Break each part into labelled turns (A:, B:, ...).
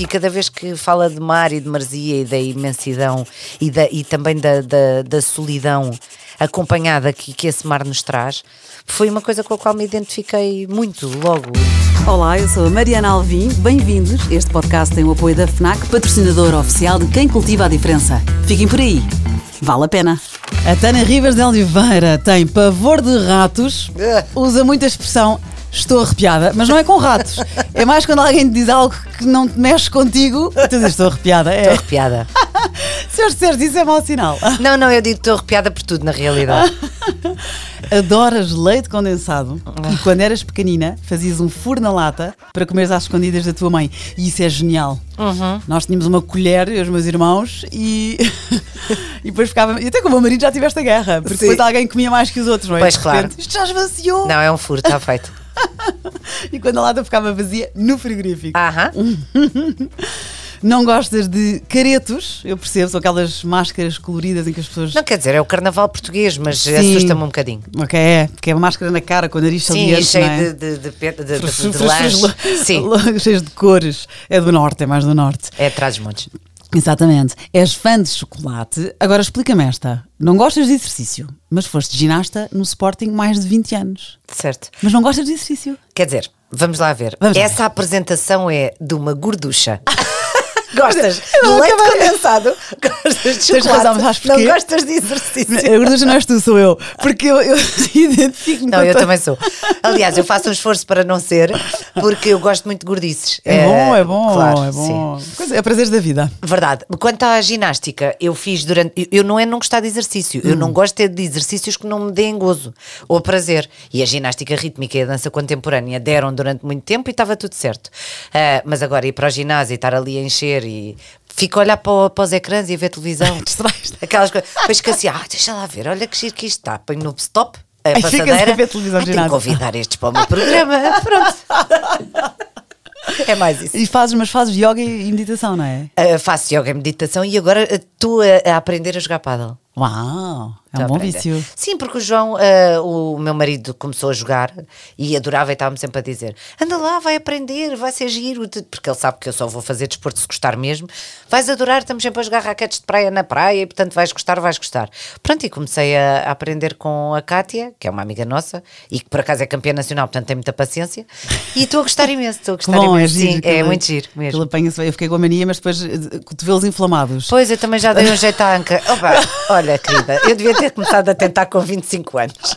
A: e cada vez que fala de mar e de marzia e da imensidão e, da, e também da, da, da solidão acompanhada que, que esse mar nos traz, foi uma coisa com a qual me identifiquei muito logo.
B: Olá, eu sou a Mariana Alvim, bem-vindos. Este podcast tem o apoio da FNAC, patrocinador oficial de Quem Cultiva a Diferença. Fiquem por aí, vale a pena. A Tana Rivas de Oliveira tem pavor de ratos, usa muita expressão estou arrepiada, mas não é com ratos. É mais quando alguém te diz algo que não te mexe contigo, tu dizes estou arrepiada.
A: Estou
B: É.
A: arrepiada.
B: Se eu disseres isso é mau sinal.
A: Não, não, eu digo estou arrepiada por tudo, na realidade.
B: Adoras leite condensado
A: Ah.
B: e quando eras pequenina fazias um furo na lata para comeres às escondidas da tua mãe. E isso é genial.
A: Uhum.
B: Nós tínhamos uma colher, eu e os meus irmãos, e, e depois ficava. E até com o meu marido já tive esta guerra, porque
A: Sim.
B: depois alguém comia mais que os outros, não é?
A: Pois,
B: De repente,
A: claro.
B: Isto já esvaziou.
A: Não, é um furo, está feito.
B: E quando a lata ficava vazia, no frigorífico.
A: Aham.
B: Não gostas de caretos, eu percebo, são aquelas máscaras coloridas em que as pessoas.
A: Não quer dizer, é o carnaval português, mas
B: Sim.
A: assusta-me um bocadinho.
B: Ok, é, porque é uma máscara na cara com o nariz
A: Sim,
B: saliente,
A: cheio
B: não é?
A: de, de, de, pe- de, de, de, de
B: Frufrufrus-
A: lanche. Sim,
B: Cheios de cores. É do norte, é mais do norte.
A: é atrás dos montes.
B: Exatamente. És fã de chocolate. Agora explica-me esta. Não gostas de exercício, mas foste ginasta no Sporting mais de 20 anos.
A: Certo.
B: Mas não gostas de exercício.
A: Quer dizer, vamos lá ver.
B: Vamos lá
A: Essa apresentação é de uma gorducha. Gostas
B: Eu
A: de
B: não
A: leite
B: acabei.
A: condensado? Gostas de
B: Tens
A: chocolate?
B: razão, mas sabes porquê?
A: não gostas de
B: A
A: exercício?
B: gorducha não és tu, sou eu. Porque eu, eu identifico-me
A: Não,
B: com
A: eu
B: toda-
A: também sou. Aliás, eu faço um esforço para não ser, porque eu gosto muito de gordices. Eh,
B: É bom, é bom,
A: claro,
B: é
A: sim.
B: bom. Coisa- é prazeres da vida.
A: Verdade. Quanto à ginástica, eu fiz durante. eu- Eu não é não gostar de exercício. Eu
B: Hum.
A: não gosto é de exercícios que não me deem gozo ou prazer. E a ginástica rítmica e a dança contemporânea deram durante muito tempo e estava tudo certo. Ah, mas agora ir para o ginásio e estar ali a encher e. Fico a olhar para, o- para os ecrãs e a ver televisão.
B: Distrais-te.
A: Aquelas coisas. Depois que assim, ah, deixa lá ver, olha que giro que isto está. Põe no stop. A
B: Aí ficas a
A: passadeira.
B: ver televisão
A: Ai,
B: de
A: tenho que
B: ginásio.
A: convidar estes para o meu programa. Pronto. É mais isso.
B: E fazes, mas fazes yoga e e meditação, não é?
A: Uh, faço yoga e meditação e agora uh, estou a, a aprender a jogar pádel.
B: Uau! É
A: Estou
B: um
A: a
B: bom
A: aprender.
B: vício.
A: Sim, porque o João, uh, o meu marido, começou a jogar e adorava e estava-me sempre a dizer: anda lá, vai aprender, vai ser giro, te- porque ele sabe que eu só vou fazer desporto se gostar mesmo. Vais adorar, estamos sempre a jogar raquetes de praia na praia e, portanto, vais gostar, vais gostar. Pronto, e comecei a, a aprender com a Kátia, que é uma amiga nossa e que por acaso é campeã nacional, portanto tem muita paciência. E estou a gostar imenso, estou a
B: Que
A: gostar
B: bom, é
A: imenso.
B: giro.
A: Sim, é
B: aquilo-
A: muito giro mesmo.
B: aquilo apanha-se bem. Eu fiquei com a mania, mas depois eh, cotovelos inflamados.
A: Pois, eu também já dei um jeito à anca. Opa, olha, querida, eu devia ter começado a tentar com 25 anos.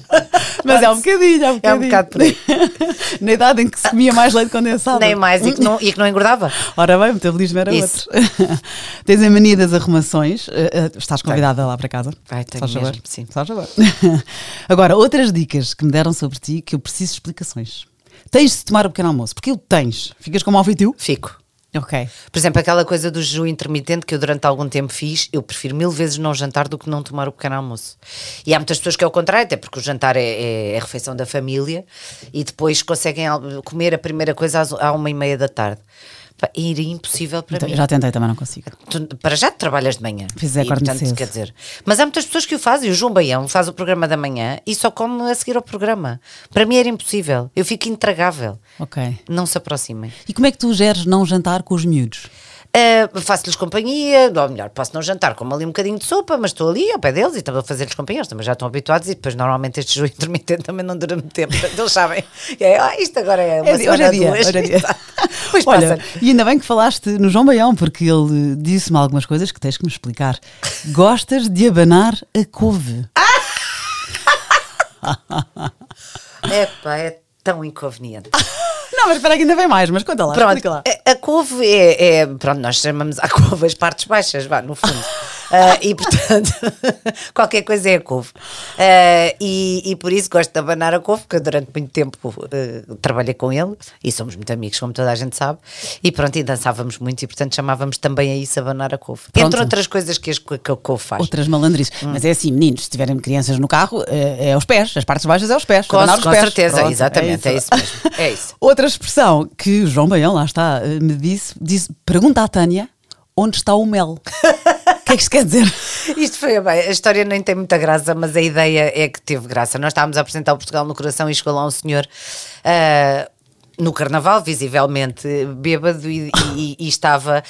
B: Mas é um bocadinho, é um
A: É um
B: bocadinho.
A: bocado por aí.
B: Na idade em que se comia mais leite condensado.
A: Nem mais, e que não, e que não engordava.
B: Ora bem, o metabolismo era
A: Isso.
B: outro. Tens a mania das arrumações. eh, eh, Estás convidada lá para casa.
A: Ai, tenho
B: Faz favor.
A: mesmo, sim.
B: Faz favor. Agora, outras dicas que me deram sobre ti que eu preciso de explicações. Tens de tomar o pequeno almoço, porque o tens. Ficas com mau feitio?
A: Fico.
B: Ok.
A: Por exemplo, aquela coisa do jejum intermitente que eu durante algum tempo fiz, eu prefiro mil vezes não jantar do que não tomar o pequeno almoço. E há muitas pessoas que é o contrário, até porque o jantar é, é a refeição da família e depois conseguem al- comer a primeira coisa às, à uma e meia da tarde. Pá, E iria impossível para
B: Então,
A: mim.
B: já tentei, também não consigo.
A: Tu, para já trabalhas de manhã.
B: Pois é,
A: e,
B: acordo
A: portanto,
B: cedo.
A: quer dizer. Mas há muitas pessoas que o fazem. O João Baião faz o programa da manhã e só come a seguir ao programa. Para mim era impossível. Eu fico intragável.
B: Ok.
A: Não se aproximem.
B: E como é que tu geres não jantar com os miúdos?
A: Ah, Faço-lhes companhia, ou melhor, posso não jantar, como ali um bocadinho de sopa, mas estou ali ao pé deles e estou a fazer-lhes companhia. Eles também já estão habituados e depois normalmente este jejum intermitente também não dura muito tempo. Portanto, eles sabem. É, ah, isto agora é uma
B: É,
A: semana
B: hoje é dia,
A: duas.
B: hoje é dia.
A: Pois
B: Olha,
A: passa.
B: e ainda bem que falaste no João Baião, porque ele disse-me algumas coisas que tens que me explicar. Gostas de abanar a couve.
A: Epá, é tão inconveniente.
B: Não, mas espera que ainda vem mais, mas conta lá,
A: Pronto,
B: explica lá.
A: a- a couve é, é- Pronto, nós chamamos a couve as partes baixas, vá, no fundo. Ah, e portanto, qualquer coisa é a couve. Ah, e, e por isso gosto de abanar a couve, porque eu durante muito tempo ah, trabalhei com ele e somos muito amigos, como toda a gente sabe. E pronto, e dançávamos muito e portanto chamávamos também a isso abanar a couve.
B: Pronto.
A: Entre outras coisas que, as, co- que a couve faz.
B: Outras malandrices. Mas é assim, meninos, se tiverem crianças no carro, é, é aos pés, as partes baixas é aos pés.
A: Com-
B: abanar os
A: com
B: pés.
A: certeza, exatamente, é isso mesmo, é isso.
B: Outra expressão que o João Baião, lá está, eh, me disse, disse pergunta à Tânia onde está o mel. O que é que isto quer dizer?
A: Isto foi bem, a história nem tem muita graça, mas a ideia é que teve graça. Nós estávamos a apresentar o Portugal no Coração e chegou lá um senhor. ah, no carnaval, visivelmente bêbado, e, e- e estava.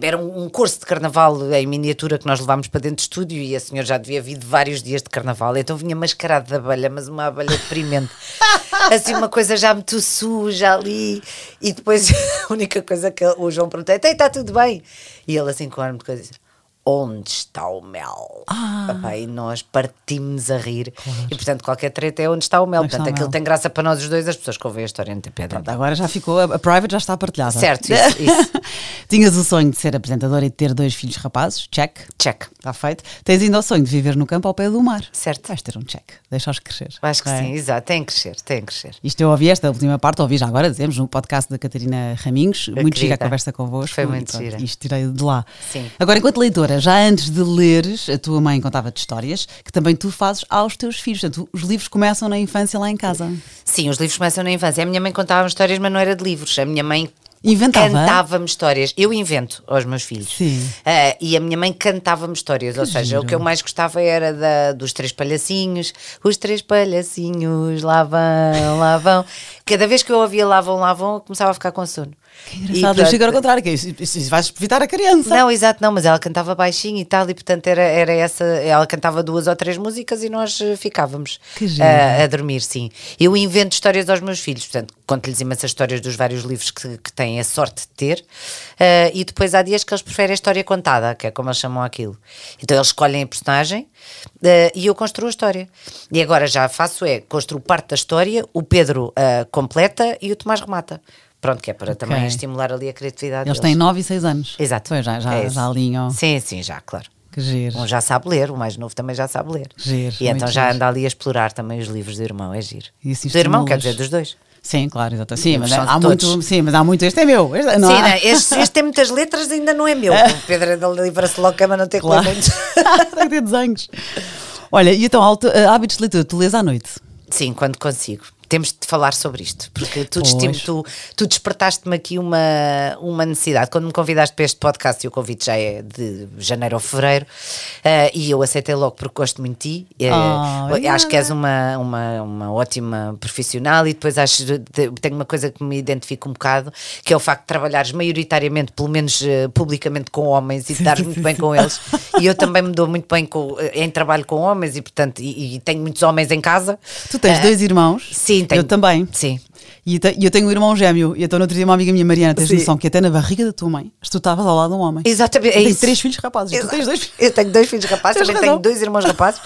A: Era um um curso de carnaval em miniatura que nós levámos para dentro do estúdio e a senhora já devia vir de vários dias de carnaval. Então vinha mascarado de abelha, mas uma abelha deprimente. Assim, uma coisa já muito suja ali. E depois a única coisa que o João perguntei: "Então, está tudo bem? E ele assim com ar de coisa disse, Onde está o mel?
B: Ah.
A: Epá, e nós partimos a rir. E portanto, qualquer treta é onde está o mel.
B: Onde está
A: portanto,
B: o
A: aquilo
B: mel?
A: tem graça para nós os dois, as pessoas que ouvem a história não têm piada.
B: Pronto, agora já ficou, a, a private já está partilhada.
A: Certo, isso, isso.
B: Tinhas o sonho de ser apresentadora e de ter dois filhos rapazes, check.
A: Check.
B: Está feito. Tens ainda o sonho de viver no campo ao pé do mar.
A: Certo.
B: Vais ter um check. Deixa-os crescer.
A: Acho que
B: Não é?
A: sim, exato. Tem que crescer, tem que crescer.
B: Isto eu ouvi esta última parte, ouvi já agora, dizemos, no podcast da Catarina Raminhos. muito gira a
A: querida.
B: conversa convosco.
A: Foi
B: e
A: muito
B: pronto,
A: gira.
B: Isto tirei de lá.
A: Sim.
B: Agora, enquanto leitora, já antes de leres, a tua mãe contava-te histórias que também tu fazes aos teus filhos. Portanto, os livros começam na infância lá em casa.
A: Sim, os livros começam na infância. A minha mãe contava histórias, mas não era de livros. A minha mãe
B: Inventava?
A: cantava-me histórias. Eu invento aos meus filhos.
B: Sim.
A: Ah, e a minha mãe cantava-me histórias. ou seja,
B: giro.
A: o que eu mais gostava era da- dos três palhacinhos. Os três palhacinhos, lá vão, lá vão. Cada vez que eu ouvia lá vão, lá vão, eu começava a ficar com sono. Que
B: Engraçado, eu chego ao contrário, que é isso, isso, isso vais evitar a criança.
A: Não, exato, não, mas ela cantava baixinho e tal, e portanto era, era essa. Ela cantava duas ou três músicas e nós eh, ficávamos
B: Que giro.
A: eh, a, dormir, sim. Eu invento histórias aos meus filhos, portanto, conto-lhes imensas histórias dos vários livros que, que têm a sorte de ter, eh, e depois há dias que eles preferem a história contada, que é como eles chamam aquilo. Então eles escolhem a personagem eh, e eu construo a história. E agora já faço é, construo parte da história, o Pedro eh, completa e o Tomás remata. Pronto, que é para também estimular ali a criatividade
B: Eles
A: deles.
B: têm 9 e 6 anos.
A: Exato.
B: Pois já, já,
A: É isso.
B: já alinham.
A: Sim, sim, já, claro.
B: Que giro.
A: Um já sabe ler, o mais novo também já sabe ler.
B: Giro,
A: e então
B: muito
A: já
B: giro. assim
A: anda ali a explorar também os livros do irmão, é giro.
B: Isso
A: do irmão,
B: estimula-os.
A: quer dizer, dos dois.
B: Sim, claro, exatamente. Sim,
A: Eles
B: mas
A: são de
B: há muito,
A: todos.
B: sim, mas há muito. Este é meu. Este, não
A: Sim, né?
B: há-
A: não, este, este tem muitas letras, ainda não é meu. O Pedro ainda livra-se logo cama, não tem que ler
B: Claro.
A: muitos.
B: Tem que ter desenhos. Olha, e então, alto- eh, hábitos de leitura, tu lês à noite.
A: Sim, quando consigo. Temos de falar sobre isto, porque tu,
B: Pois.
A: destimo- tu, tu despertaste-me aqui uma, uma necessidade. Quando me convidaste para este podcast, e o convite já é de janeiro ou fevereiro, eh, e eu aceitei logo porque gosto muito de ti. eh,
B: Ah,
A: eu acho que
B: obrigada.
A: és uma, uma, uma ótima profissional e depois acho te- tenho uma coisa que me identifico um bocado, que é o facto de trabalhares maioritariamente, pelo menos eh, publicamente, com homens e te dares muito bem com eles. E eu também me dou muito bem com, eh, em trabalho com homens e, portanto, e, e tenho muitos homens em casa.
B: Tu tens
A: Ah,
B: dois irmãos.
A: Sim, tenho.
B: Eu também.
A: Sim.
B: E te- e eu tenho um irmão gêmeo. E então, no outro dia, uma amiga minha, Mariana, tens
A: Sim.
B: noção que até na barriga da tua mãe, se tu estavas ao lado de um homem.
A: Exatamente.
B: Eu
A: É
B: tenho
A: isso.
B: três filhos rapazes. Tu
A: Exato.
B: tens dois filhos.
A: Eu tenho dois filhos rapazes,
B: Tens
A: também tenho
B: razão.
A: dois irmãos rapazes.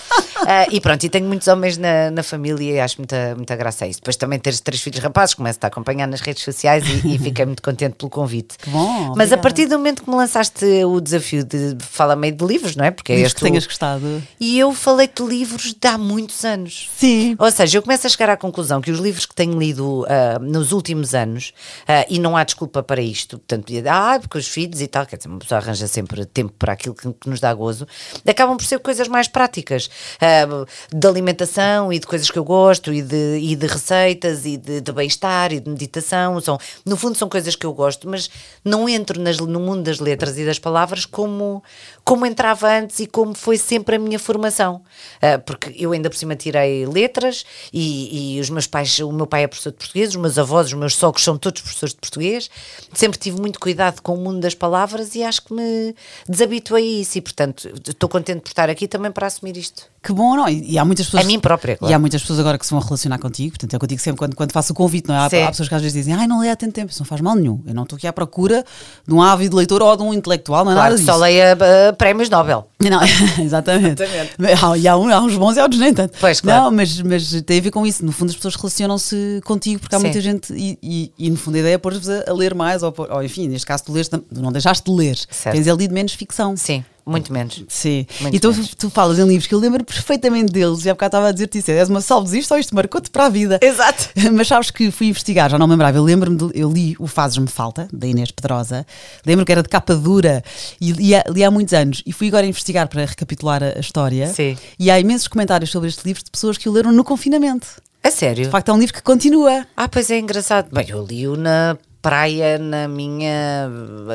A: Ah, e pronto, e tenho muitos homens na, na família e acho muita, muita graça a isso. Depois também teres três filhos rapazes, começo a acompanhar nas redes sociais e, e fiquei muito contente pelo convite.
B: bom,
A: Mas
B: obrigada.
A: a partir do momento que me lançaste o desafio de falar meio de livros, não é? Porque é
B: Diz
A: este
B: que
A: o-
B: tenhas gostado.
A: E eu falei de livros de há muitos anos.
B: Sim.
A: Ou seja, eu começo a chegar à conclusão que os livros que tenho lido ah, nos últimos anos, ah, e não há desculpa para isto, portanto, podia dar, ah, porque os filhos e tal, quer dizer, uma pessoa arranja sempre tempo para aquilo que, que nos dá gozo, acabam por ser coisas mais práticas, ah, de alimentação e de coisas que eu gosto, e de, e de receitas, e de, de bem-estar, e de meditação. São, no fundo, são coisas que eu gosto, mas não entro nas- no mundo das letras e das palavras como, como entrava antes e como foi sempre a minha formação. Ah, porque eu ainda por cima tirei letras e, e os meus pais, o meu pai é professor de português, os meus avós, os meus sogros são todos professores de português. Sempre tive muito cuidado com o mundo das palavras e acho que me desabituei a isso e, portanto, estou contente por estar aqui também para assumir isto.
B: Que bom, não? E, e há muitas pessoas.
A: A mim própria, claro.
B: E há muitas pessoas agora que se vão relacionar contigo. Portanto, eu contigo sempre quando, quando faço o convite, não é? Há,
A: Sim.
B: há pessoas que às vezes dizem, ai, não leio há tanto tempo. Isso não faz mal nenhum. Eu não estou aqui à procura de um ávido leitor ou de um intelectual, não é
A: Claro,
B: nada
A: só
B: disso.
A: leia ah, prémios Nobel.
B: Não, exatamente.
A: Exatamente.
B: Há, e há, um- há uns bons e há outros nem tanto.
A: Pois, claro.
B: Não, mas, mas tem a ver com isso. No fundo, as pessoas relacionam-se contigo porque há
A: Sim.
B: muita gente. E, e- e, no fundo, a ideia é pôr-vos a, a ler mais. Ou, pôr- ou, enfim, neste caso, tu lês, tam- não deixaste de ler.
A: Certo.
B: Tens é lido menos ficção.
A: Sim, muito menos.
B: Sim.
A: Muito
B: então
A: menos.
B: tu, tu falas em livros que eu lembro perfeitamente deles e há bocado estava a dizer-te isso, és uma salves isto ou isto marcou-te para a vida.
A: Exato.
B: Mas sabes que fui investigar, já não me lembrava, eu lembro-me, de- eu li o Fazes-me Falta, da Inês Pedrosa, lembro que era de capa dura e li, há- li há muitos anos e fui agora investigar para recapitular a, a história
A: Sim.
B: e há imensos comentários sobre este livro de pessoas que o leram no confinamento.
A: A sério?
B: De facto é um livro que continua.
A: Ah, pois é engraçado. Bem, eu li-o na praia na minha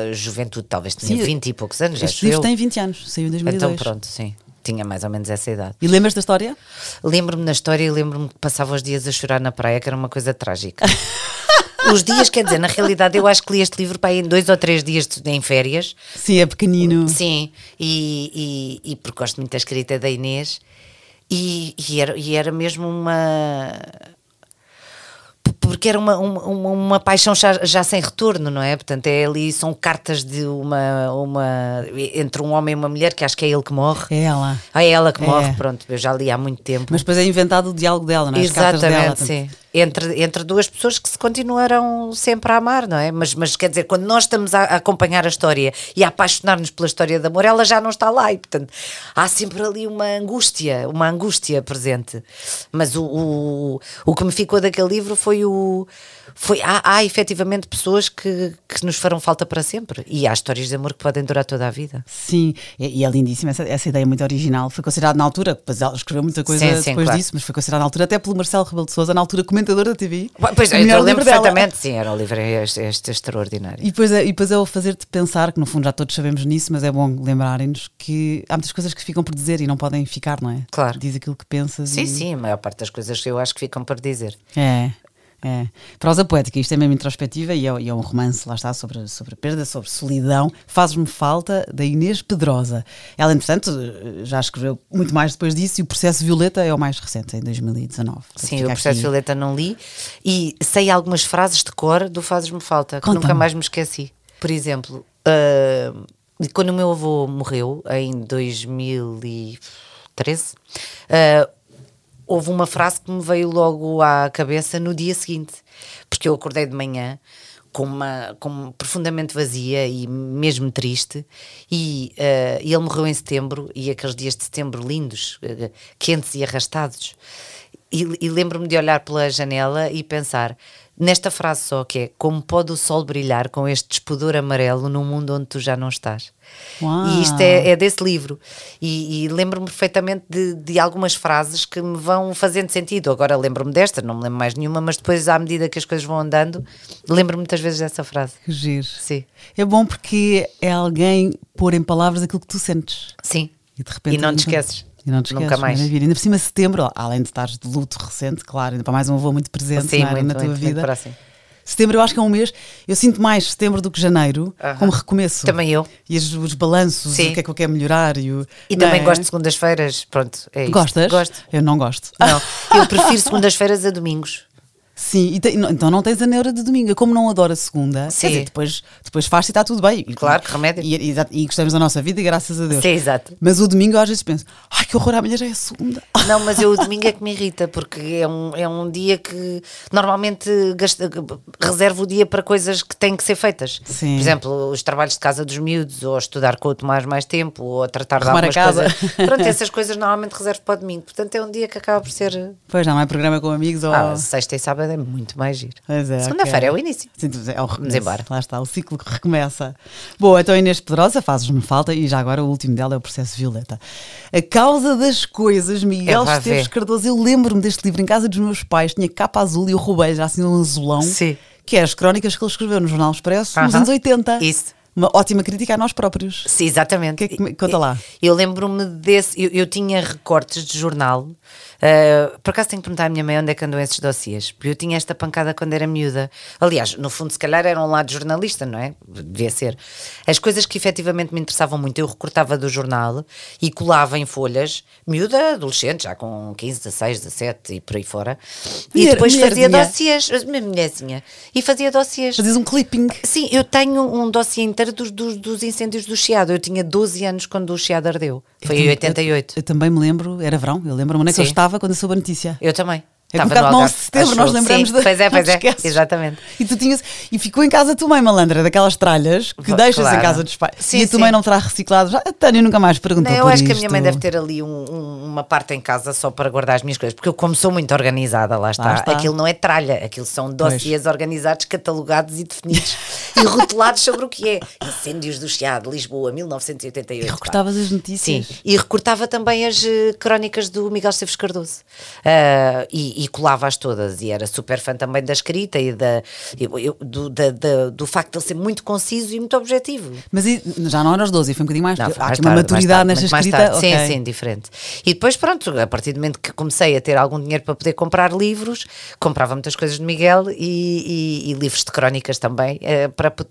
A: eh, juventude, talvez tinha
B: Sim,
A: 20 e poucos anos,
B: Este
A: acho
B: livro
A: eu.
B: tem 20 anos, saiu em 2002.
A: Então pronto, sim. Tinha mais ou menos essa idade.
B: E lembras da história?
A: Lembro-me na história e lembro-me que passava os dias a chorar na praia, que era uma coisa trágica. os dias, quer dizer, na realidade eu acho que li este livro para aí em dois ou três dias de- em férias.
B: Sim, é pequenino.
A: Sim, e, e, e porque gosto muito da escrita da Inês, e, e era, e era mesmo uma. p- Porque era uma, uma, uma- uma paixão já, já sem retorno, não é? Portanto, é ali, são cartas de uma, uma. entre um homem e uma mulher, que acho que é ele que morre.
B: É ela.
A: Ah, é ela que
B: É.
A: morre, pronto, eu já li há muito tempo.
B: Mas depois é inventado o diálogo dela, não é? As cartas dela,
A: Exatamente, sim. Entre, entre duas pessoas que se continuarão sempre a amar, não é? Mas, mas quer dizer, quando nós estamos a, a acompanhar a história e a apaixonar-nos pela história de amor, ela já não está lá e, portanto, há sempre ali uma angústia, uma angústia presente. Mas o, o, o que me ficou daquele livro foi o. Foi, há, há efetivamente pessoas que, que nos farão falta para sempre e há histórias de amor que podem durar toda a vida.
B: Sim, e, e é lindíssima essa, essa ideia muito original. Foi considerada na altura, depois ela escreveu muita coisa
A: Sim, sim,
B: depois
A: claro.
B: disso, mas foi considerada na altura até pelo Marcelo Rebelo de Sousa, na altura comentador da TV.
A: Pois,
B: O
A: eu
B: melhor
A: lembro
B: livro dela. é-
A: perfeitamente, sim, era um livro este, este extraordinário.
B: E depois, é, e depois é o fazer-te pensar, que no fundo já todos sabemos nisso, mas é bom lembrarem-nos que há muitas coisas que ficam por dizer e não podem ficar, não é?
A: Claro.
B: Diz aquilo que pensas.
A: Sim,
B: e...
A: sim, a maior parte das coisas que eu acho que ficam por dizer.
B: É, é. Prosa poética, isto é mesmo introspectiva e é, e é um romance, lá está, sobre, sobre perda, sobre solidão. Fazes-me falta, da Inês Pedrosa. Ela, entretanto, já escreveu muito mais depois disso e o processo Violeta é o mais recente, em 2019. Portanto,
A: Sim,
B: fica
A: o processo
B: aqui.
A: Violeta não li e sei algumas frases de cor do Fazes-me Falta, que
B: Conta-me.
A: nunca mais me esqueci. Por exemplo, ah, quando o meu avô morreu, em 2013, ah, houve uma frase que me veio logo à cabeça no dia seguinte, porque eu acordei de manhã com uma com um profundamente vazia e mesmo triste e, eh, e ele morreu em setembro e aqueles dias de setembro lindos eh, quentes e arrastados e, e lembro-me de olhar pela janela e pensar nesta frase só que é como pode o sol brilhar com este despudor amarelo num mundo onde tu já não estás
B: Uau.
A: e isto é, é desse livro. E, e lembro-me perfeitamente de, de algumas frases que me vão fazendo sentido. Agora lembro-me desta, não me lembro mais nenhuma, mas depois, à medida que as coisas vão andando, lembro-me muitas vezes dessa frase.
B: Que giro.
A: Sim.
B: É bom porque é alguém pôr em palavras aquilo que tu sentes.
A: Sim.
B: E de repente.
A: E não te esqueces.
B: E não te esqueces,
A: Nunca mais.
B: maravilha. Ainda por cima, setembro, além de estares de luto recente, claro, ainda para mais um avô muito presente
A: Sim,
B: não é,
A: muito,
B: na tua
A: muito, muito
B: vida.
A: próximo.
B: Setembro, eu acho que é um mês. Eu sinto mais setembro do que janeiro, como recomeço.
A: Também eu.
B: E os, os balanços,
A: Sim.
B: o que é que eu quero melhorar. E, o-
A: E
B: não
A: também
B: é?
A: gosto de segundas-feiras. Pronto, é isto.
B: Gostas?
A: Gosto.
B: Eu não gosto. Ah,
A: Não, eu prefiro segundas-feiras a domingos.
B: Sim, e te- não- então não tens a neura de domingo. Eu, Como não adoro a segunda,
A: Sim.
B: quer dizer, depois, depois faz e está tudo bem. E-
A: Claro, que remédio.
B: E, e, e gostamos da nossa vida, graças a Deus.
A: Sim, exato.
B: Mas o domingo eu às vezes penso, ai que horror, amanhã já é segunda.
A: Não, mas eu o domingo é que me irrita, porque é um, é um dia que normalmente gasta- reservo o dia para coisas que têm que ser feitas.
B: Sim.
A: Por exemplo, os trabalhos de casa dos miúdos, ou estudar com o Tomás mais tempo, ou a tratar de
B: Arrumar a
A: algumas
B: casa.
A: coisas. Pronto, essas coisas normalmente reservo para o domingo. Portanto, é um dia que acaba por ser.
B: Pois já não é programa com amigos ou.
A: Ah, sexta e sábado é muito mais giro.
B: Pois é,
A: Segunda-feira
B: ok.
A: é o início.
B: Sim, tu- é o recomeço.
A: embora.
B: Lá está, o ciclo que recomeça. Boa, então Inês Pedrosa, fazes-me falta e já agora o último dela é o processo Violeta. A causa das coisas, Miguel
A: É, vá
B: Esteves
A: ver.
B: Cardoso. Eu lembro-me deste livro em casa dos meus pais, tinha capa azul e eu roubei já assim um azulão,
A: Sim.
B: que é as crónicas que ele escreveu no Jornal Expresso nos
A: Aham.
B: anos 80.
A: Isso.
B: Uma ótima crítica a nós próprios.
A: Sim, exatamente.
B: Que é que me- conta lá.
A: Eu, eu lembro-me desse. Eu, eu tinha recortes de jornal. ah, por acaso tenho que perguntar à minha mãe onde é que andam esses dossiês, porque eu tinha esta pancada quando era miúda. Aliás, no fundo, se calhar era um lado jornalista, não é? Devia ser. As coisas que efetivamente me interessavam muito, eu recortava do jornal e colava em folhas, miúda, adolescente, já com 15, 16, 17 e por aí fora. e
B: Mulher-
A: depois fazia
B: mulherzinha.
A: dossiês, minha mulherzinha, e fazia dossiês.
B: Fazes um clipping.
A: Sim, eu tenho um dossiê inteiro dos, dos, dos incêndios do Chiado. Eu tinha 12 anos quando o Chiado ardeu. Foi em
B: Eu-
A: 88.
B: Eu, eu também me lembro, era verão, eu lembro-me onde é que eu
A: Sim.
B: estava quando eu soube a notícia.
A: Eu, também.
B: É
A: Estava
B: que um bocado
A: no
B: 11 de
A: Algarve,
B: setembro,
A: acho
B: nós
A: eu.
B: lembramos
A: Sim,
B: da.
A: Pois é,
B: não
A: pois
B: te
A: é.
B: esqueces.
A: Exatamente.
B: E, tu tinhas, e ficou em casa a tua mãe malandra, daquelas tralhas que
A: Va-
B: deixas em
A: claro.
B: casa dos pais.
A: Sim,
B: e a tua
A: sim.
B: mãe não terá reciclado. Já, a Tânia nunca mais perguntou
A: Não, eu
B: por
A: acho que a minha
B: isto.
A: mãe deve ter ali um- um- uma parte em casa só para guardar as minhas coisas, porque eu, como sou muito organizada, lá está,
B: está.
A: aquilo não é tralha, aquilo são dossiês organizados, catalogados e definidos. e rotulados sobre o que é. Incêndios do Chiado, Lisboa, 1988. E
B: recortavas as
A: Sim,
B: notícias.
A: e recortava também as eh, crónicas do Miguel Esteves Cardoso Ah, e, e colava-as todas. E era super fã também da escrita e da, eu- eu- do, da- da- do facto de ele ser muito conciso e muito objetivo.
B: Mas e- já não eram os 12, foi um bocadinho mais.
A: Não,
B: Há
A: foi mais
B: aqui uma
A: tarde,
B: maturidade
A: mais
B: nesta
A: tarde, muito mais
B: escrita.
A: tarde.
B: ok.
A: Sim, sim, diferente. E depois, pronto, a partir do momento que comecei a ter algum dinheiro para poder comprar livros, comprava muitas coisas de Miguel e, e- e livros de crónicas também, eh, para, po-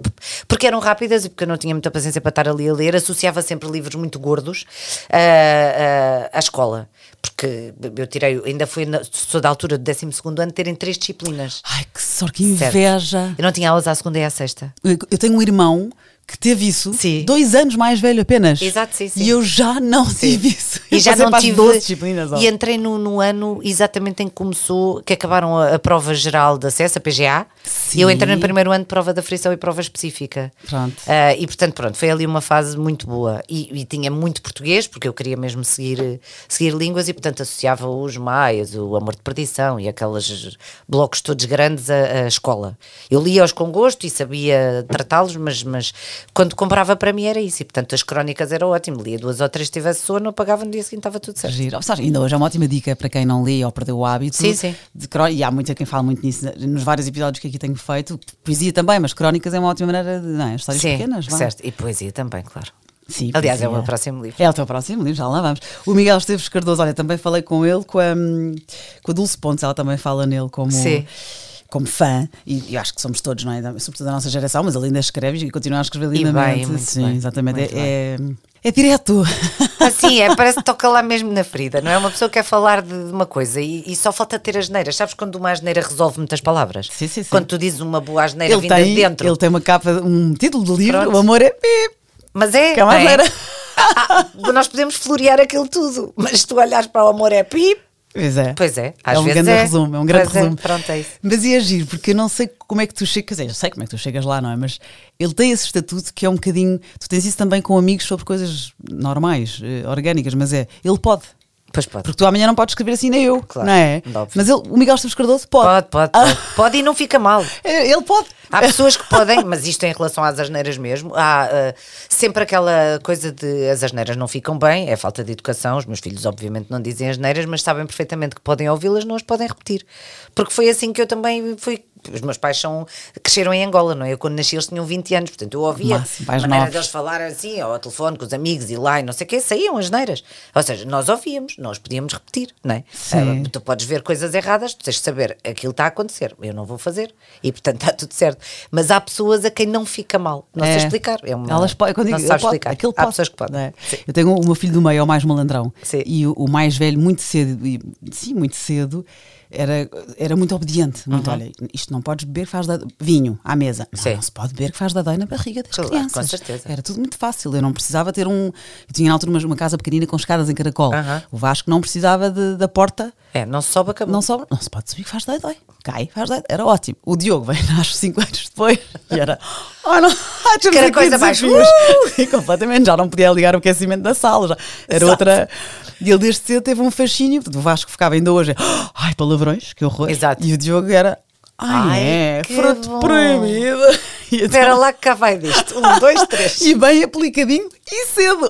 A: porque eram rápidas e porque eu não tinha muita paciência para estar ali a ler. Associava sempre livros muito gordos ah, ah, à escola. Porque eu tirei, ainda fui, na, sou da altura do 12 ano, de terem três disciplinas.
B: Ai, que sorte, que
A: certo?
B: inveja.
A: Eu não tinha aulas à segunda e à sexta.
B: Eu eu tenho um irmão que teve isso,
A: Sim.
B: dois anos mais velho apenas.
A: Exato, sim, sim.
B: E eu já não tive isso.
A: E
B: Eu
A: já
B: passei
A: não
B: para as
A: tive.
B: 12 disciplinas. ó.
A: e entrei no, no ano exatamente em que começou, que acabaram a, a prova geral de acesso, a PGA.
B: Sim.
A: E eu entrei no primeiro ano de prova da frição e prova específica.
B: Pronto.
A: Ah, e portanto, pronto, foi ali uma fase muito boa. E, e tinha muito português, porque eu queria mesmo seguir, seguir línguas e, portanto, associava os maias, o amor de perdição e aqueles blocos todos grandes à, à escola. Eu lia-os com gosto e sabia tratá-los, mas, mas quando comprava para mim era isso. E, portanto, as crónicas era ótimo. Lia duas ou três, se tivesse sono, apagava no dia seguinte, estava tudo certo.
B: Giro. Sabes, ainda hoje é uma ótima dica para quem não lê ou perdeu o hábito.
A: Sim, sim.
B: De cró- E há muita quem fala muito nisso nos vários episódios que aqui tenho feito. Poesia também, mas crónicas é uma ótima maneira de. Não, é? histórias pequenas, vá.
A: certo. E poesia também, claro.
B: Sim,
A: Aliás,
B: poesia.
A: é o meu próximo livro.
B: É o teu próximo livro, já lá vamos. O Miguel Esteves Cardoso, olha, também falei com ele, com a, hum, com a Dulce Pontes, ela também fala nele como.
A: Sim.
B: Como fã, e eu acho que somos todos, não é? Sobretudo da nossa geração, mas ele ainda escreve e continua a escrever
A: bem,
B: lindamente.
A: muito
B: Sim,
A: bem,
B: exatamente.
A: muito
B: é, é, é direto.
A: Assim é, parece que toca lá mesmo na ferida, não é? Uma pessoa quer falar de, de uma coisa e, e só falta ter as neiras. Sabes quando uma asneira resolve muitas palavras?
B: Sim, sim, sim.
A: Quando tu dizes uma boa asneira
B: ele
A: vinda
B: tem,
A: de dentro.
B: ele tem uma capa, um título de livro,
A: Pronto.
B: O Amor é Pip.
A: Mas é.
B: Que é uma
A: não
B: asneira.
A: Ah, ah, nós podemos florear aquilo tudo, mas se tu olhares para o amor é pip.
B: Pois é.
A: Pois é, às
B: é um
A: vezes
B: grande
A: é.
B: resumo, é um grande
A: Pois é,
B: resumo.
A: pronto, é isso.
B: Mas e agir, porque eu não sei como é que tu chegas, quer dizer, eu sei como é que tu chegas lá, não é? Mas ele tem esse estatuto que é um bocadinho. Tu tens isso também com amigos sobre coisas normais, eh, orgânicas, mas é, ele pode.
A: Pois pode.
B: Porque tu amanhã não podes escrever assim nem eu,
A: Claro,
B: não é?
A: óbvio.
B: Mas ele, o Miguel Esteves Cardoso pode.
A: Pode, pode, pode. Pode e não fica mal.
B: É, Ele pode.
A: Há pessoas que podem, mas isto é em relação às asneiras mesmo, há ah, sempre aquela coisa de as asneiras não ficam bem, é falta de educação, os meus filhos obviamente não dizem asneiras, mas sabem perfeitamente que podem ouvi-las, não as podem repetir. Porque foi assim que eu também fui, os meus pais são, cresceram em Angola, não é? Eu quando nasci eles tinham 20 anos, portanto eu ouvia
B: Máximo,
A: a
B: pais
A: maneira
B: novos.
A: deles falar assim, ao telefone com os amigos e lá e não sei o quê, saíam asneiras. Ou seja, nós ouvíamos, nós podíamos repetir, não é?
B: Sim.
A: Ah, tu podes ver coisas erradas, tu tens de saber aquilo está a acontecer, eu não vou fazer e portanto está tudo certo. Mas há pessoas a quem não fica mal, não
B: É.
A: sei explicar. É uma,
B: Elas podem, quando
A: não
B: digo,
A: se sabe
B: ele pode,
A: explicar.
B: aquele
A: há
B: pode,
A: pessoas que podem.
B: não é? Eu tenho o meu filho do meio, é o mais malandrão.
A: Sim.
B: E o, o mais velho, muito cedo, e- sim, muito cedo, era, era muito obediente. Muito, olha, isto não podes beber que faz da... vinho à mesa. Não,
A: Uhum. Sim.
B: não se pode beber que faz dadói na barriga das
A: Claro,
B: crianças.
A: com certeza.
B: Era tudo muito fácil. Eu não precisava ter um. Eu tinha na altura uma, uma casa pequenina com escadas em caracol.
A: Aham.
B: O Vasco não precisava de- da porta.
A: É, não se sobe, acabou.
B: Não sobra, não se pode subir que faz dói, dói. Cai, faz dói. Era ótimo. O Diogo vem, nasce 5 anos depois e era. Oh, não, ai, temos
A: Cada
B: aqui
A: coisa mais, uh!
B: desafios." E completamente, já não podia ligar o aquecimento da sala. Já. Era
A: Exato.
B: outra. E ele desde cedo teve um fascínio. portanto, O Vasco ficava ainda hoje. "Oh, Ai, palavrões, que horror.
A: Exato.
B: E o Diogo era. Ai,
A: Ai,
B: é,
A: que
B: fruto
A: bom.
B: proibido. E então-
A: Espera lá que cá vai disto. Um, dois, três.
B: E bem aplicadinho e cedo.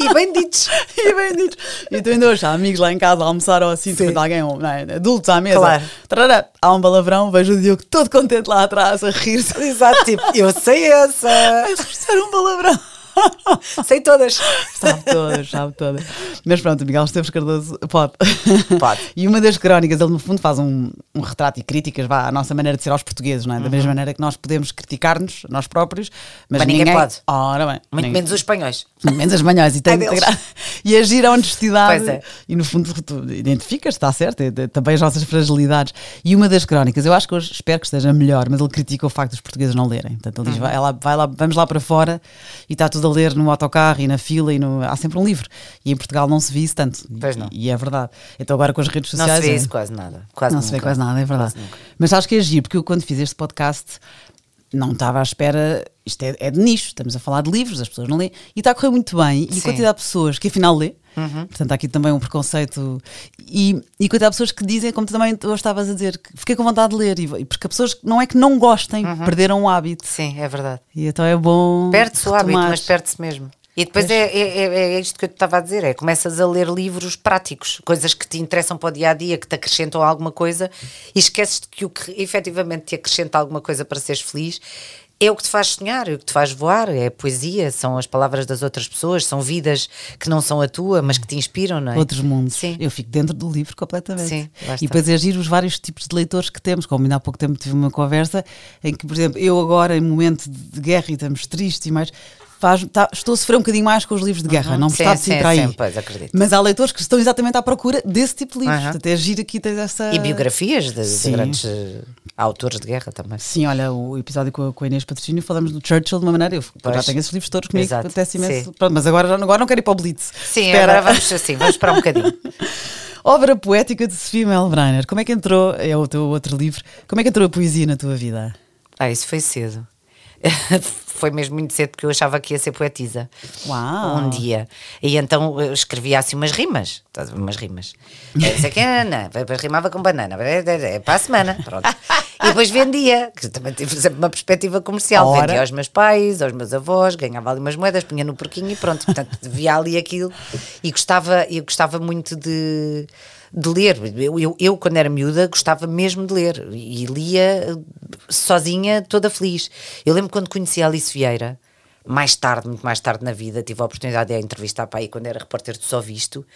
A: E bem ditos.
B: E bem dito. E tu ainda hoje há amigos lá em casa a almoçar ou assim, de repente alguém, um, não é, adultos à mesa.
A: Claro.
B: Trará, há um palavrão, vejo o Diogo todo contente lá atrás a rir-se.
A: Exato, tipo, eu sei essa.
B: Vai regressar um palavrão.
A: Sei todas.
B: Sabe todas, sabe todas. Mas pronto, o Miguel Esteves Cardoso pode.
A: Pode.
B: E uma das crónicas, ele no fundo faz um, um retrato e críticas vá, à nossa maneira de ser aos portugueses, não é? Da mesma maneira que nós podemos criticar-nos, nós próprios, mas,
A: Uhum. Mas ninguém pode.
B: Ora bem.
A: Muito
B: ninguém-
A: menos os espanhóis.
B: Pelo menos as manhãs e tem
A: É
B: muita
A: deles.
B: graça. E agir à honestidade.
A: Pois é.
B: E no fundo tu identificas, está certo, é- é- também as nossas fragilidades. E uma das crónicas, eu acho que hoje espero que esteja melhor, mas ele critica o facto dos portugueses não lerem. Portanto,
A: Uhum.
B: ele diz, vai lá, vai lá, vamos lá para fora e está tudo a ler no autocarro e na fila e no- há sempre um livro. E em Portugal não se vê isso tanto.
A: Pois não.
B: E, e é verdade. Então agora com as redes
A: Não
B: sociais...
A: se vê
B: é-
A: isso quase nada. Quase
B: não se vê
A: nunca.
B: quase nada, é verdade. Mas acho que é giro, porque eu quando fiz este podcast não estava à espera. Isto é, é de nicho, estamos a falar de livros, as pessoas não lêem. E está a correr muito bem. E a
A: Sim.
B: quantidade de pessoas que afinal lê Uhum. Portanto, há aqui também um preconceito. E, e quanto há pessoas que dizem, como tu também hoje estavas a dizer, que fiquei com vontade de ler, e, porque há pessoas que não é que não gostem,
A: Uhum.
B: perderam o hábito.
A: Sim, é verdade.
B: E então é bom.
A: Perde-se o hábito,
B: retomar.
A: mas perde-se mesmo. E depois é, é, é- é isto que eu te estava a dizer: é começas a ler livros práticos, coisas que te interessam para o dia a dia, que te acrescentam alguma coisa, e esqueces que o que efetivamente te acrescenta alguma coisa para seres feliz é o que te faz sonhar, é o que te faz voar, é a poesia, são as palavras das outras pessoas, são vidas que não são a tua, mas que te inspiram, não é?
B: Outros mundos.
A: Sim.
B: Eu fico dentro do livro completamente.
A: Sim, lá está.
B: e depois é giro os vários tipos de leitores que temos. Como ainda há pouco tempo tive uma conversa em que, por exemplo, eu agora, em momento de de guerra e estamos tristes e mais. Faz, tá- estou a sofrer um bocadinho mais com os livros de guerra, não me
A: Sim,
B: está a sentir
A: sim,
B: para aí.
A: sim, pois, acredito.
B: Mas há leitores que estão exatamente à procura desse tipo de livros.
A: Aham.
B: Portanto, é giro aqui tens essa.
A: E biografias de, de
B: Sim.
A: grandes eh, autores de guerra também.
B: Sim, olha, o episódio com a, com a Inês Patrocínio falamos do Churchill de uma maneira. Eu já
A: Pois.
B: tenho esses livros todos comigo,
A: Exato,
B: acontece imenso.
A: sim.
B: Pronto, mas agora, já- agora não quero ir para o Blitz.
A: Sim,
B: Espera.
A: agora vamos assim, vamos para um bocadinho.
B: Obra poética de Sofia Melbrenner. Como é que entrou? É o teu outro livro. Como é que entrou a poesia na tua vida?
A: Ah, isso foi cedo. foi mesmo muito cedo que eu achava que ia ser poetisa.
B: Uau.
A: Um dia. E então eu escrevia assim umas rimas. Estás a ver, Umas rimas. Eh, Não sei que Ana, rimava com banana. eh, eh, eh, Para a semana. Pronto. E depois vendia, que eu também tive sempre uma perspectiva comercial.
B: Ora.
A: Vendia aos meus pais, aos meus avós, ganhava ali umas moedas, punha no porquinho e pronto. Portanto, via ali aquilo e gostava, eu gostava muito de, de ler. Eu, eu, eu, quando era miúda, gostava mesmo de ler e lia eh, sozinha, toda feliz. Eu lembro quando conheci a Alice Vieira. Mais tarde, muito mais tarde na vida, tive a oportunidade de a entrevistar para aí quando era repórter do Só Visto.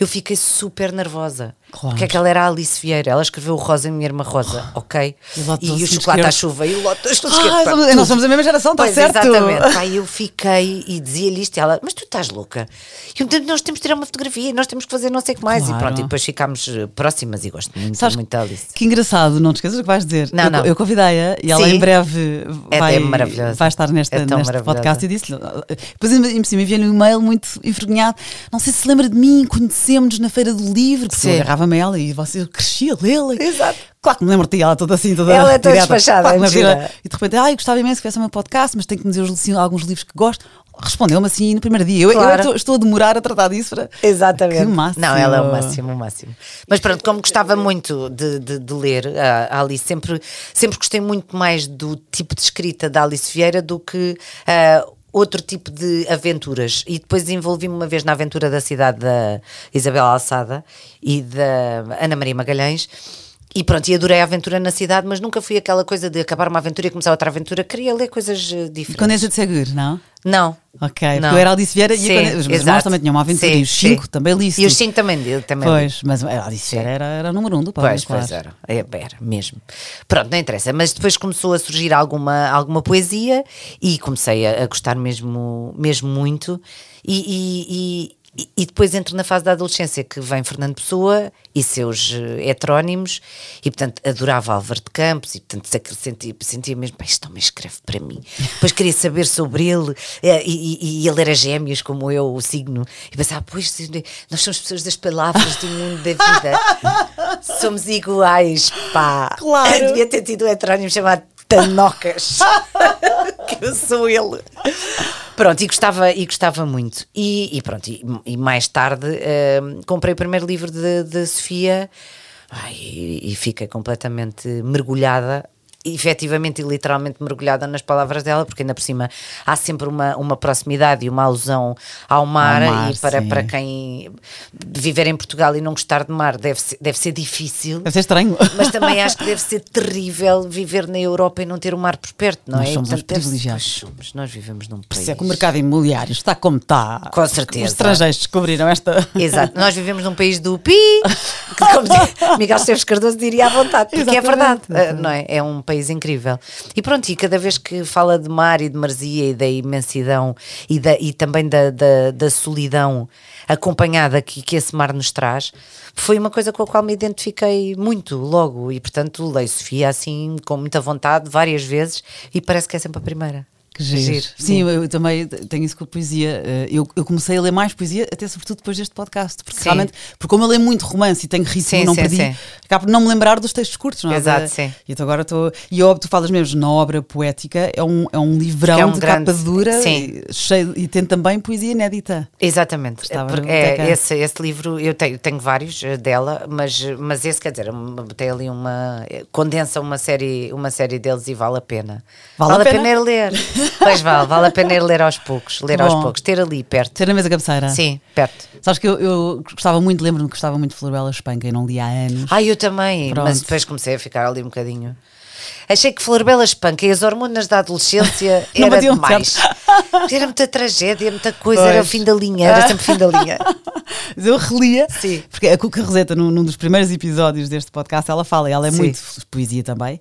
A: Eu fiquei super nervosa.
B: Claro.
A: Porque aquela era a Alice Vieira. Ela escreveu o Rosa e Minha Irmã Rosa, ok?
B: E o Lote
A: E, o
B: Doce
A: Chocolate
B: Esquerdo.
A: à Chuva. E o Lote Doce
B: Ah,
A: Esquerdo, pá,
B: somos-
A: tudo.
B: nós somos a mesma geração, está
A: Pois,
B: certo?
A: Exatamente. Pá, eu fiquei e dizia-lhe isto. E ela, mas tu estás louca. E eu, nós temos que tirar uma fotografia, nós temos que fazer não sei o que mais.
B: Claro.
A: E pronto, e depois ficámos eh, próximas e gosto muito,
B: Sabes
A: muito da Alice.
B: que engraçado, não te esqueças o que vais dizer.
A: Não,
B: eu,
A: não.
B: eu convidei-a e ela
A: Sim.
B: em breve
A: É
B: vai,
A: tão maravilhosa.
B: vai estar neste,
A: É tão
B: neste
A: maravilhosa.
B: podcast. E disse-lhe, depois em em cima enviei-lhe um e-mail muito envergonhado. Não sei se se lembra de mim, conhecemos-nos na Feira do Livro, porque eu
A: Sim.
B: agarrava-me a ela e você, eu crescia lê-la.
A: Exato.
B: Claro que me lembro de ti, ela toda assim, toda
A: Ela é toda
B: direta.
A: despachada,
B: Claro que me
A: é
B: lembro dela.
A: gira.
B: E de repente, ai, gostava imenso que viesse o meu podcast, mas tenho que me dizer assim, alguns livros que gosto. Respondeu-me assim no primeiro dia. Eu, eu
A: Claro.
B: estou, estou a demorar a tratar disso. Para... Que máximo.
A: Não, ela é o máximo, o máximo. Mas pronto, como gostava muito de, de- de ler ah, a a Alice, sempre, sempre gostei muito mais do tipo de escrita da Alice Vieira do que. ah, Outro tipo de aventuras. E depois envolvi-me uma vez na aventura da cidade da Isabel Alçada e da Ana Maria Magalhães. E pronto, e adorei a aventura na cidade, mas nunca fui aquela coisa de acabar uma aventura e começar outra aventura. Queria ler coisas eh, diferentes.
B: Condensa de Seguro, não?
A: Não.
B: Ok, porque eu era Alice Vieira e a Conde- os meus irmãos também tinham uma aventura e os cinco também li isso
A: E os
B: tudo.
A: cinco também, eu também li.
B: Pois, mas a Alice Vieira era, era o número um do Pablo,
A: Pois,
B: claro.
A: pois era. É, era mesmo. Pronto, não interessa. Mas depois começou a surgir alguma, alguma poesia e comecei a, a gostar mesmo, mesmo muito. E, e, e, e depois entro na fase da adolescência que vem Fernando Pessoa e seus eh, heterónimos. E portanto adorava Álvaro de Campos e portanto se- aquilo sentia, sentia mesmo, "Pá, isto também escreve para mim. Depois queria saber sobre ele eh, e, e- e ele era gêmeos como eu, o signo. E pensava, "Ah, pois nós somos pessoas das palavras do mundo da vida. Somos iguais, pá.
B: Claro.
A: Devia ter tido um heterónimo chamado Tanocas. que eu sou ele. Pronto, e gostava, e gostava muito. E, e pronto, e, e mais tarde hum, comprei o primeiro livro de, de Sofia Ai, e, e fiquei completamente mergulhada. Efetivamente e literalmente mergulhada nas palavras dela, porque ainda por cima há sempre uma, uma proximidade e uma alusão ao mar,
B: Ao mar,
A: e para,
B: sim.
A: para quem viver em Portugal e não gostar de mar deve ser, deve ser difícil.
B: Deve ser estranho.
A: Mas também acho que deve ser terrível viver na Europa e não ter o mar por perto, não
B: Nós
A: é?
B: somos
A: Portanto,
B: uns
A: deve-
B: privilegiados.
A: Pois somos, nós vivemos num país.
B: Se é que o mercado imobiliário está como está.
A: Com certeza.
B: Os estrangeiros descobriram esta.
A: Exato, nós vivemos num país do pi, que como diz- Miguel Esteves Cardoso diria à vontade, porque é verdade,
B: Exatamente,
A: eh, não é? É um país incrível. E pronto, e cada vez que fala de mar e de marzia e da imensidão e, da, e também da, da, da solidão acompanhada que, que esse mar nos traz, foi uma coisa com a qual me identifiquei muito logo e, portanto, leio Sofia assim com muita vontade várias vezes e parece que é sempre a primeira.
B: Que giro.
A: Giro,
B: sim,
A: sim.
B: Eu, eu também tenho isso com a poesia. Eh, Eu, eu comecei a ler mais poesia, até sobretudo depois deste podcast, porque
A: Sim.
B: realmente, porque como eu leio muito romance e tenho ritmo,
A: Sim,
B: não
A: sim,
B: perdi,
A: sim.
B: acabo por não me lembrar dos textos curtos, não é?
A: Exato,
B: Da-
A: sim.
B: E então agora estou. E óbvio, tu falas mesmo na obra poética, é um, é um livrão
A: Que é um
B: de
A: grande-
B: capa dura
A: sim.
B: e, cheio, e tem também poesia inédita.
A: Exatamente.
B: Estava
A: Porque
B: na
A: é,
B: biblioteca.
A: esse, esse livro, eu tenho, tenho vários eh, dela, mas, mas esse, quer dizer, é uma- tem ali uma. eh, condensa uma série, uma série deles e vale a pena.
B: Vale
A: Vale,
B: a
A: a pena,
B: pena?
A: ir ler. pois vale, vale a pena ir ler aos poucos, ler aos
B: Bom.
A: poucos, ter ali perto.
B: Ter na mesa cabeceira.
A: Sim, perto.
B: Sabes que eu, eu gostava muito, lembro-me que gostava muito de Florbela Espanca e não li há anos.
A: Ah, eu também,
B: Pronto.
A: mas depois comecei a ficar ali um bocadinho. Achei que Flor Bela Espanca e as hormonas da adolescência
B: Não
A: era
B: batiam
A: demais. Era muita tragédia, muita coisa, era o
B: Pois.
A: fim da linha, era sempre fim da linha.
B: Mas eu relia,
A: Sim.
B: porque a Cuca Roseta, num, num dos primeiros episódios deste podcast, ela fala, e ela é
A: Sim.
B: muito f- poesia também,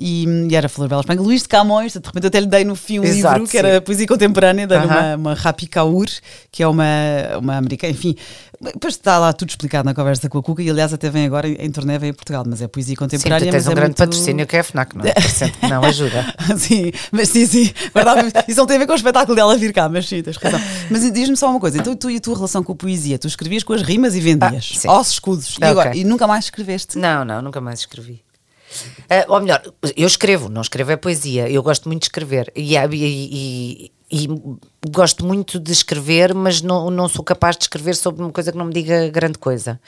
B: e, e era Flor Bela Espanca. Luís de Camões, de repente eu até lhe dei no fim um
A: Exato,
B: livro,
A: sim.
B: que era poesia contemporânea, dei uma,
A: Aham.
B: uma Rapi Kaur, que é uma, uma americana, enfim. Depois está lá tudo explicado na conversa com a Cuca, e aliás até vem agora em, em turnê, vem a Portugal, mas é poesia
A: Sim, tu
B: contemporânea.
A: tens
B: mas
A: um
B: é
A: grande
B: muito-
A: patrocínio que é a FNAC, não é? Portanto, Não ajuda.
B: sim, mas sim, sim. Verdade, isso não tem a ver com o espetáculo dela vir cá, mas sim, tens razão. Mas diz-me só uma coisa: então tu e a tua relação com a poesia? Tu escrevias com as rimas e
A: Ah,
B: vendias
A: sim.
B: aos escudos. E,
A: Ah,
B: agora,
A: ok.
B: e nunca mais escreveste?
A: Não, não, nunca mais escrevi. Ah, ou melhor, eu escrevo, não escrevo é poesia. Eu gosto muito de escrever. E, há- e- e- e gosto muito de escrever, mas não, não sou capaz de escrever sobre uma coisa que não me diga grande coisa.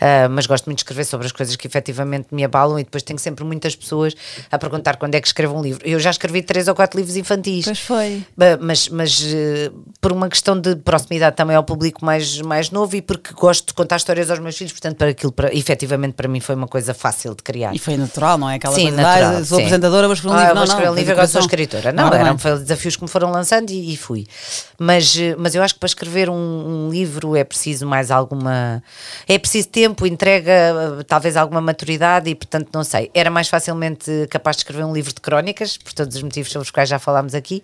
A: Ah, mas gosto muito de escrever sobre as coisas que efetivamente me abalam e depois tenho sempre muitas pessoas a perguntar quando é que escrevo um livro. Eu já escrevi três ou quatro livros infantis.
B: Pois foi.
A: Ba- Mas, mas eh, por uma questão de proximidade também ao público mais, mais novo e porque gosto de contar histórias aos meus filhos, portanto, para aquilo, para, efetivamente, para mim foi uma coisa fácil de criar.
B: E foi natural, não é? Aquela
A: Sim,
B: coisa de, ah,
A: natural,
B: sou
A: sim.
B: apresentadora, vou escrever um
A: Ah, vou
B: livro. não,
A: escrever
B: não,
A: um livro, agora sou
B: educação.
A: escritora. Não,
B: Ora
A: eram
B: bem.
A: foi desafios que me foram lançando e, e fui. Mas, eh, mas eu acho que para escrever um, um livro é preciso mais alguma. É preciso tempo, entrega, eh, talvez alguma maturidade e, portanto, não sei. Era mais facilmente capaz de escrever um livro de crónicas, por todos os motivos sobre os quais já falámos aqui,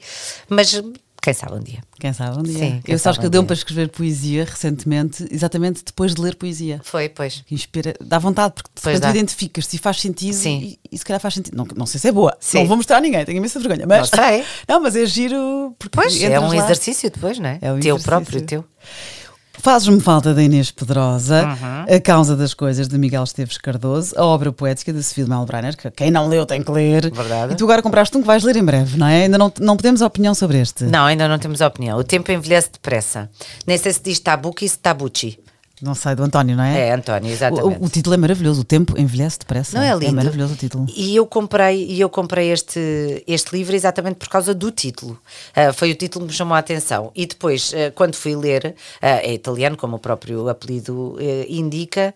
A: mas eh, quem sabe um dia.
B: Quem sabe um dia.
A: Sim, quem
B: eu sabes
A: sabe
B: que
A: um
B: deu
A: dia.
B: para escrever poesia recentemente, exatamente depois de ler poesia.
A: Foi, pois.
B: que inspira, dá vontade, porque depois
A: Pois
B: tu
A: dá.
B: identificas-te e faz sentido
A: Sim.
B: E, e se calhar faz sentido. Não, não sei se é boa,
A: Sim.
B: não vou mostrar a ninguém, tenho imensa vergonha. Mas,
A: Não sei.
B: Não, mas é giro porque
A: Pois, é
B: entras
A: um
B: lá.
A: exercício depois, não é?
B: É um
A: teu
B: exercício.
A: próprio, teu.
B: Fazes-me falta da Inês Pedrosa,
A: Uhum.
B: A Causa das Coisas de Miguel Esteves Cardoso, a obra poética de Sofia de Malbrenner, que quem não leu tem que ler.
A: Verdade.
B: E tu agora compraste um que vais ler em breve, não é? Ainda não, não podemos opinião sobre este.
A: Não, ainda não temos opinião. O tempo envelhece depressa. Nem sei se diz tabuki se tabuchi.
B: Não sei, do António, não é?
A: É, António, exatamente.
B: O, o título é maravilhoso, o tempo envelhece depressa.
A: Não é lindo?
B: É maravilhoso o título.
A: E eu comprei, e eu comprei este, este livro exatamente por causa do título. Ah, foi o título que me chamou a atenção. E depois, ah, quando fui ler, ah, é italiano, como o próprio apelido eh, indica,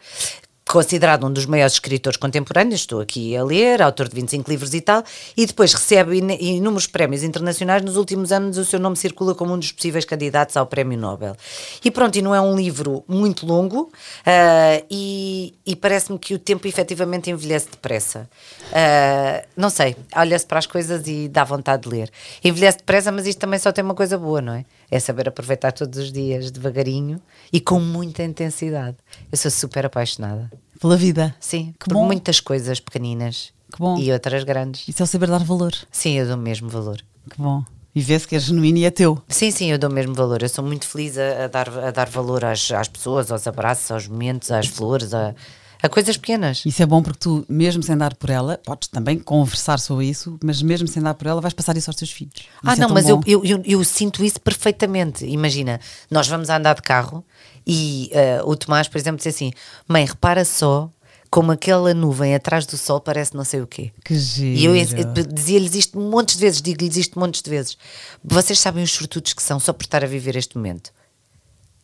A: considerado um dos maiores escritores contemporâneos, estou aqui a ler, autor de 25 livros e tal, e depois recebe in- inúmeros prémios internacionais. Nos últimos anos, o seu nome circula como um dos possíveis candidatos ao Prémio Nobel. E pronto, e não é um livro muito longo, ah, e, e parece-me que o tempo efetivamente envelhece depressa. Ah, não sei, olha-se para as coisas e dá vontade de ler. Envelhece depressa, mas isto também só tem uma coisa boa, não é? É saber aproveitar todos os dias devagarinho e com muita intensidade. Eu sou super apaixonada.
B: Pela vida.
A: Sim,
B: Que
A: por
B: bom.
A: muitas coisas pequeninas
B: Que bom.
A: e outras grandes.
B: Isso é o saber dar valor.
A: Sim, eu dou o mesmo valor.
B: Que bom. E vê-se que é genuíno e é teu.
A: Sim, sim, eu dou o mesmo valor. Eu sou muito feliz a, a dar, a dar valor às, às pessoas, aos abraços, aos momentos, às flores, a, a coisas pequenas.
B: Isso é bom porque tu, mesmo sem dar por ela, podes também conversar sobre isso, mas mesmo sem dar por ela, vais passar isso aos teus filhos. Isso
A: Ah,
B: é
A: não,
B: tão
A: mas
B: bom.
A: eu, eu, eu, eu sinto isso perfeitamente. Imagina, nós vamos a andar de carro e eh, o Tomás, por exemplo, diz assim: Mãe, repara só como aquela nuvem atrás do sol parece não sei o quê.
B: Que giro.
A: E eu ens- eu dizia-lhes isto montes de vezes, digo-lhes isto montes de vezes. Vocês sabem os sortudos que são só por estar a viver este momento.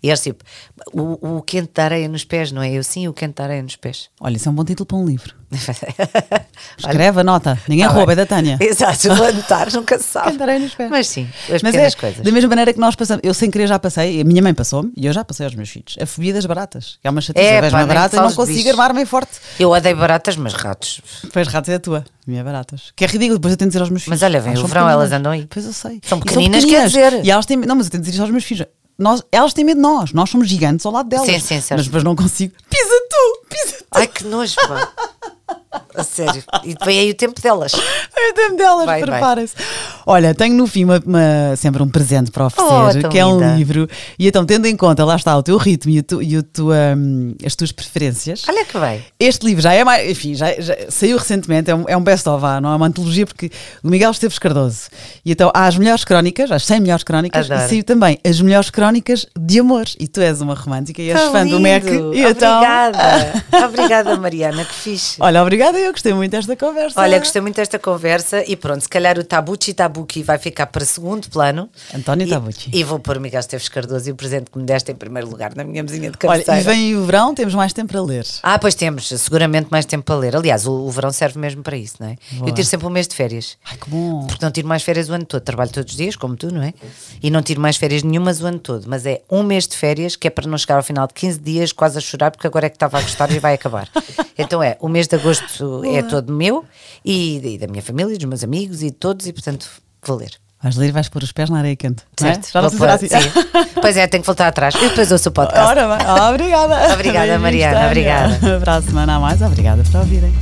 A: E era tipo, o, o quente da areia nos pés, não é? Eu sim, o quente da areia nos pés.
B: Olha, isso é um bom título para um livro. Escreve, anota. Ninguém
A: Tá
B: rouba, é
A: bem.
B: da Tânia.
A: Exato, vou anotar, nunca se sabe.
B: Cantarei nos pés.
A: Mas sim, as
B: Mas
A: pequenas
B: é,
A: coisas.
B: Da mesma maneira que nós passamos, eu sem querer já passei, e a minha mãe passou-me e eu já passei aos meus filhos. A fobia das baratas. Que é uma chatice,
A: É,
B: é, vejo
A: pá,
B: uma
A: nem
B: barata e não
A: fales de
B: consigo
A: bichos.
B: armar bem forte.
A: Eu odeio baratas, mas ratos.
B: Pois ratos é a tua, a minha é baratas. Que é ridículo, depois eu tenho de dizer aos meus filhos.
A: olha, vem
B: "Ah,
A: o
B: são
A: verão, elas
B: pequeninas."
A: andam aí.
B: Pois eu sei.
A: São
B: E
A: pequeninas, quer dizer.
B: E elas têm, não, mas eu tenho de dizer isto aos meus filhos. Nós, elas têm medo de nós, nós somos gigantes ao lado delas.
A: Sim, sim, certo.
B: Mas depois não consigo. Pisa tu, pisa tu.
A: Ai que nojo, pá. A sério. E depois aí o tempo delas.
B: Eu tempo delas,
A: Vai, vai.
B: prepara-se. Olha, tenho no fim uma- uma- sempre um presente para oferecer,
A: Oh, tão
B: que é um
A: linda.
B: livro. E então, tendo em conta, lá está o teu ritmo e, o tu- e o tua, hum, as tuas preferências.
A: Olha que bem.
B: Este livro já é mais. Enfim, já, já saiu recentemente, é um, é um best-of, ah, não é uma antologia, porque o Miguel Esteves Cardoso. E então há as melhores crónicas, as 100 melhores crónicas,
A: Adoro.
B: e saiu também as melhores crónicas de amor. E tu és uma romântica e és
A: Tão
B: fã do MEC.
A: lindo.
B: E então-
A: Obrigada. Obrigada, Mariana. Que fixe.
B: Olha, obrigada, eu gostei muito desta conversa.
A: Olha, gostei muito desta conversa e pronto, se calhar o Tabuchi Tabuki vai ficar para segundo plano.
B: António
A: E-
B: Tabucchi.
A: E vou pôr o Miguel Esteves Cardoso e o presente que me deste em primeiro lugar na minha mesinha de
B: Olha,
A: cabeceira.
B: e vem o verão, temos mais tempo para ler.
A: Ah, pois temos, seguramente mais tempo para ler. Aliás, o, o verão serve mesmo para isso, não é? Eu tiro sempre um mês de férias.
B: Ai, que bom.
A: Hum. Porque não tiro mais férias o ano todo. Trabalho todos os dias, como tu, não é? E não tiro mais férias nenhumas o ano todo. Mas é um mês de férias, que é para não chegar ao final de 15 dias quase a chorar, porque agora é que estava a gostar e vai acabar. Então é, o mês de agosto é todo meu e, e da minha família, dos meus amigos e de todos, e portanto vou ler.
B: Vais ler e vais pôr os pés na areia quente. não é?
A: Certo?
B: Já não
A: Vou
B: sei
A: pôr-
B: se será assim.
A: sim. Pois é, tenho que voltar atrás. Eu depois ouço o podcast.
B: Ora bem, Ah, obrigada.
A: Obrigada,
B: Bem-vindos,
A: Mariana,
B: Tânia.
A: obrigada.
B: Para a semana a mais, obrigada por ouvirem.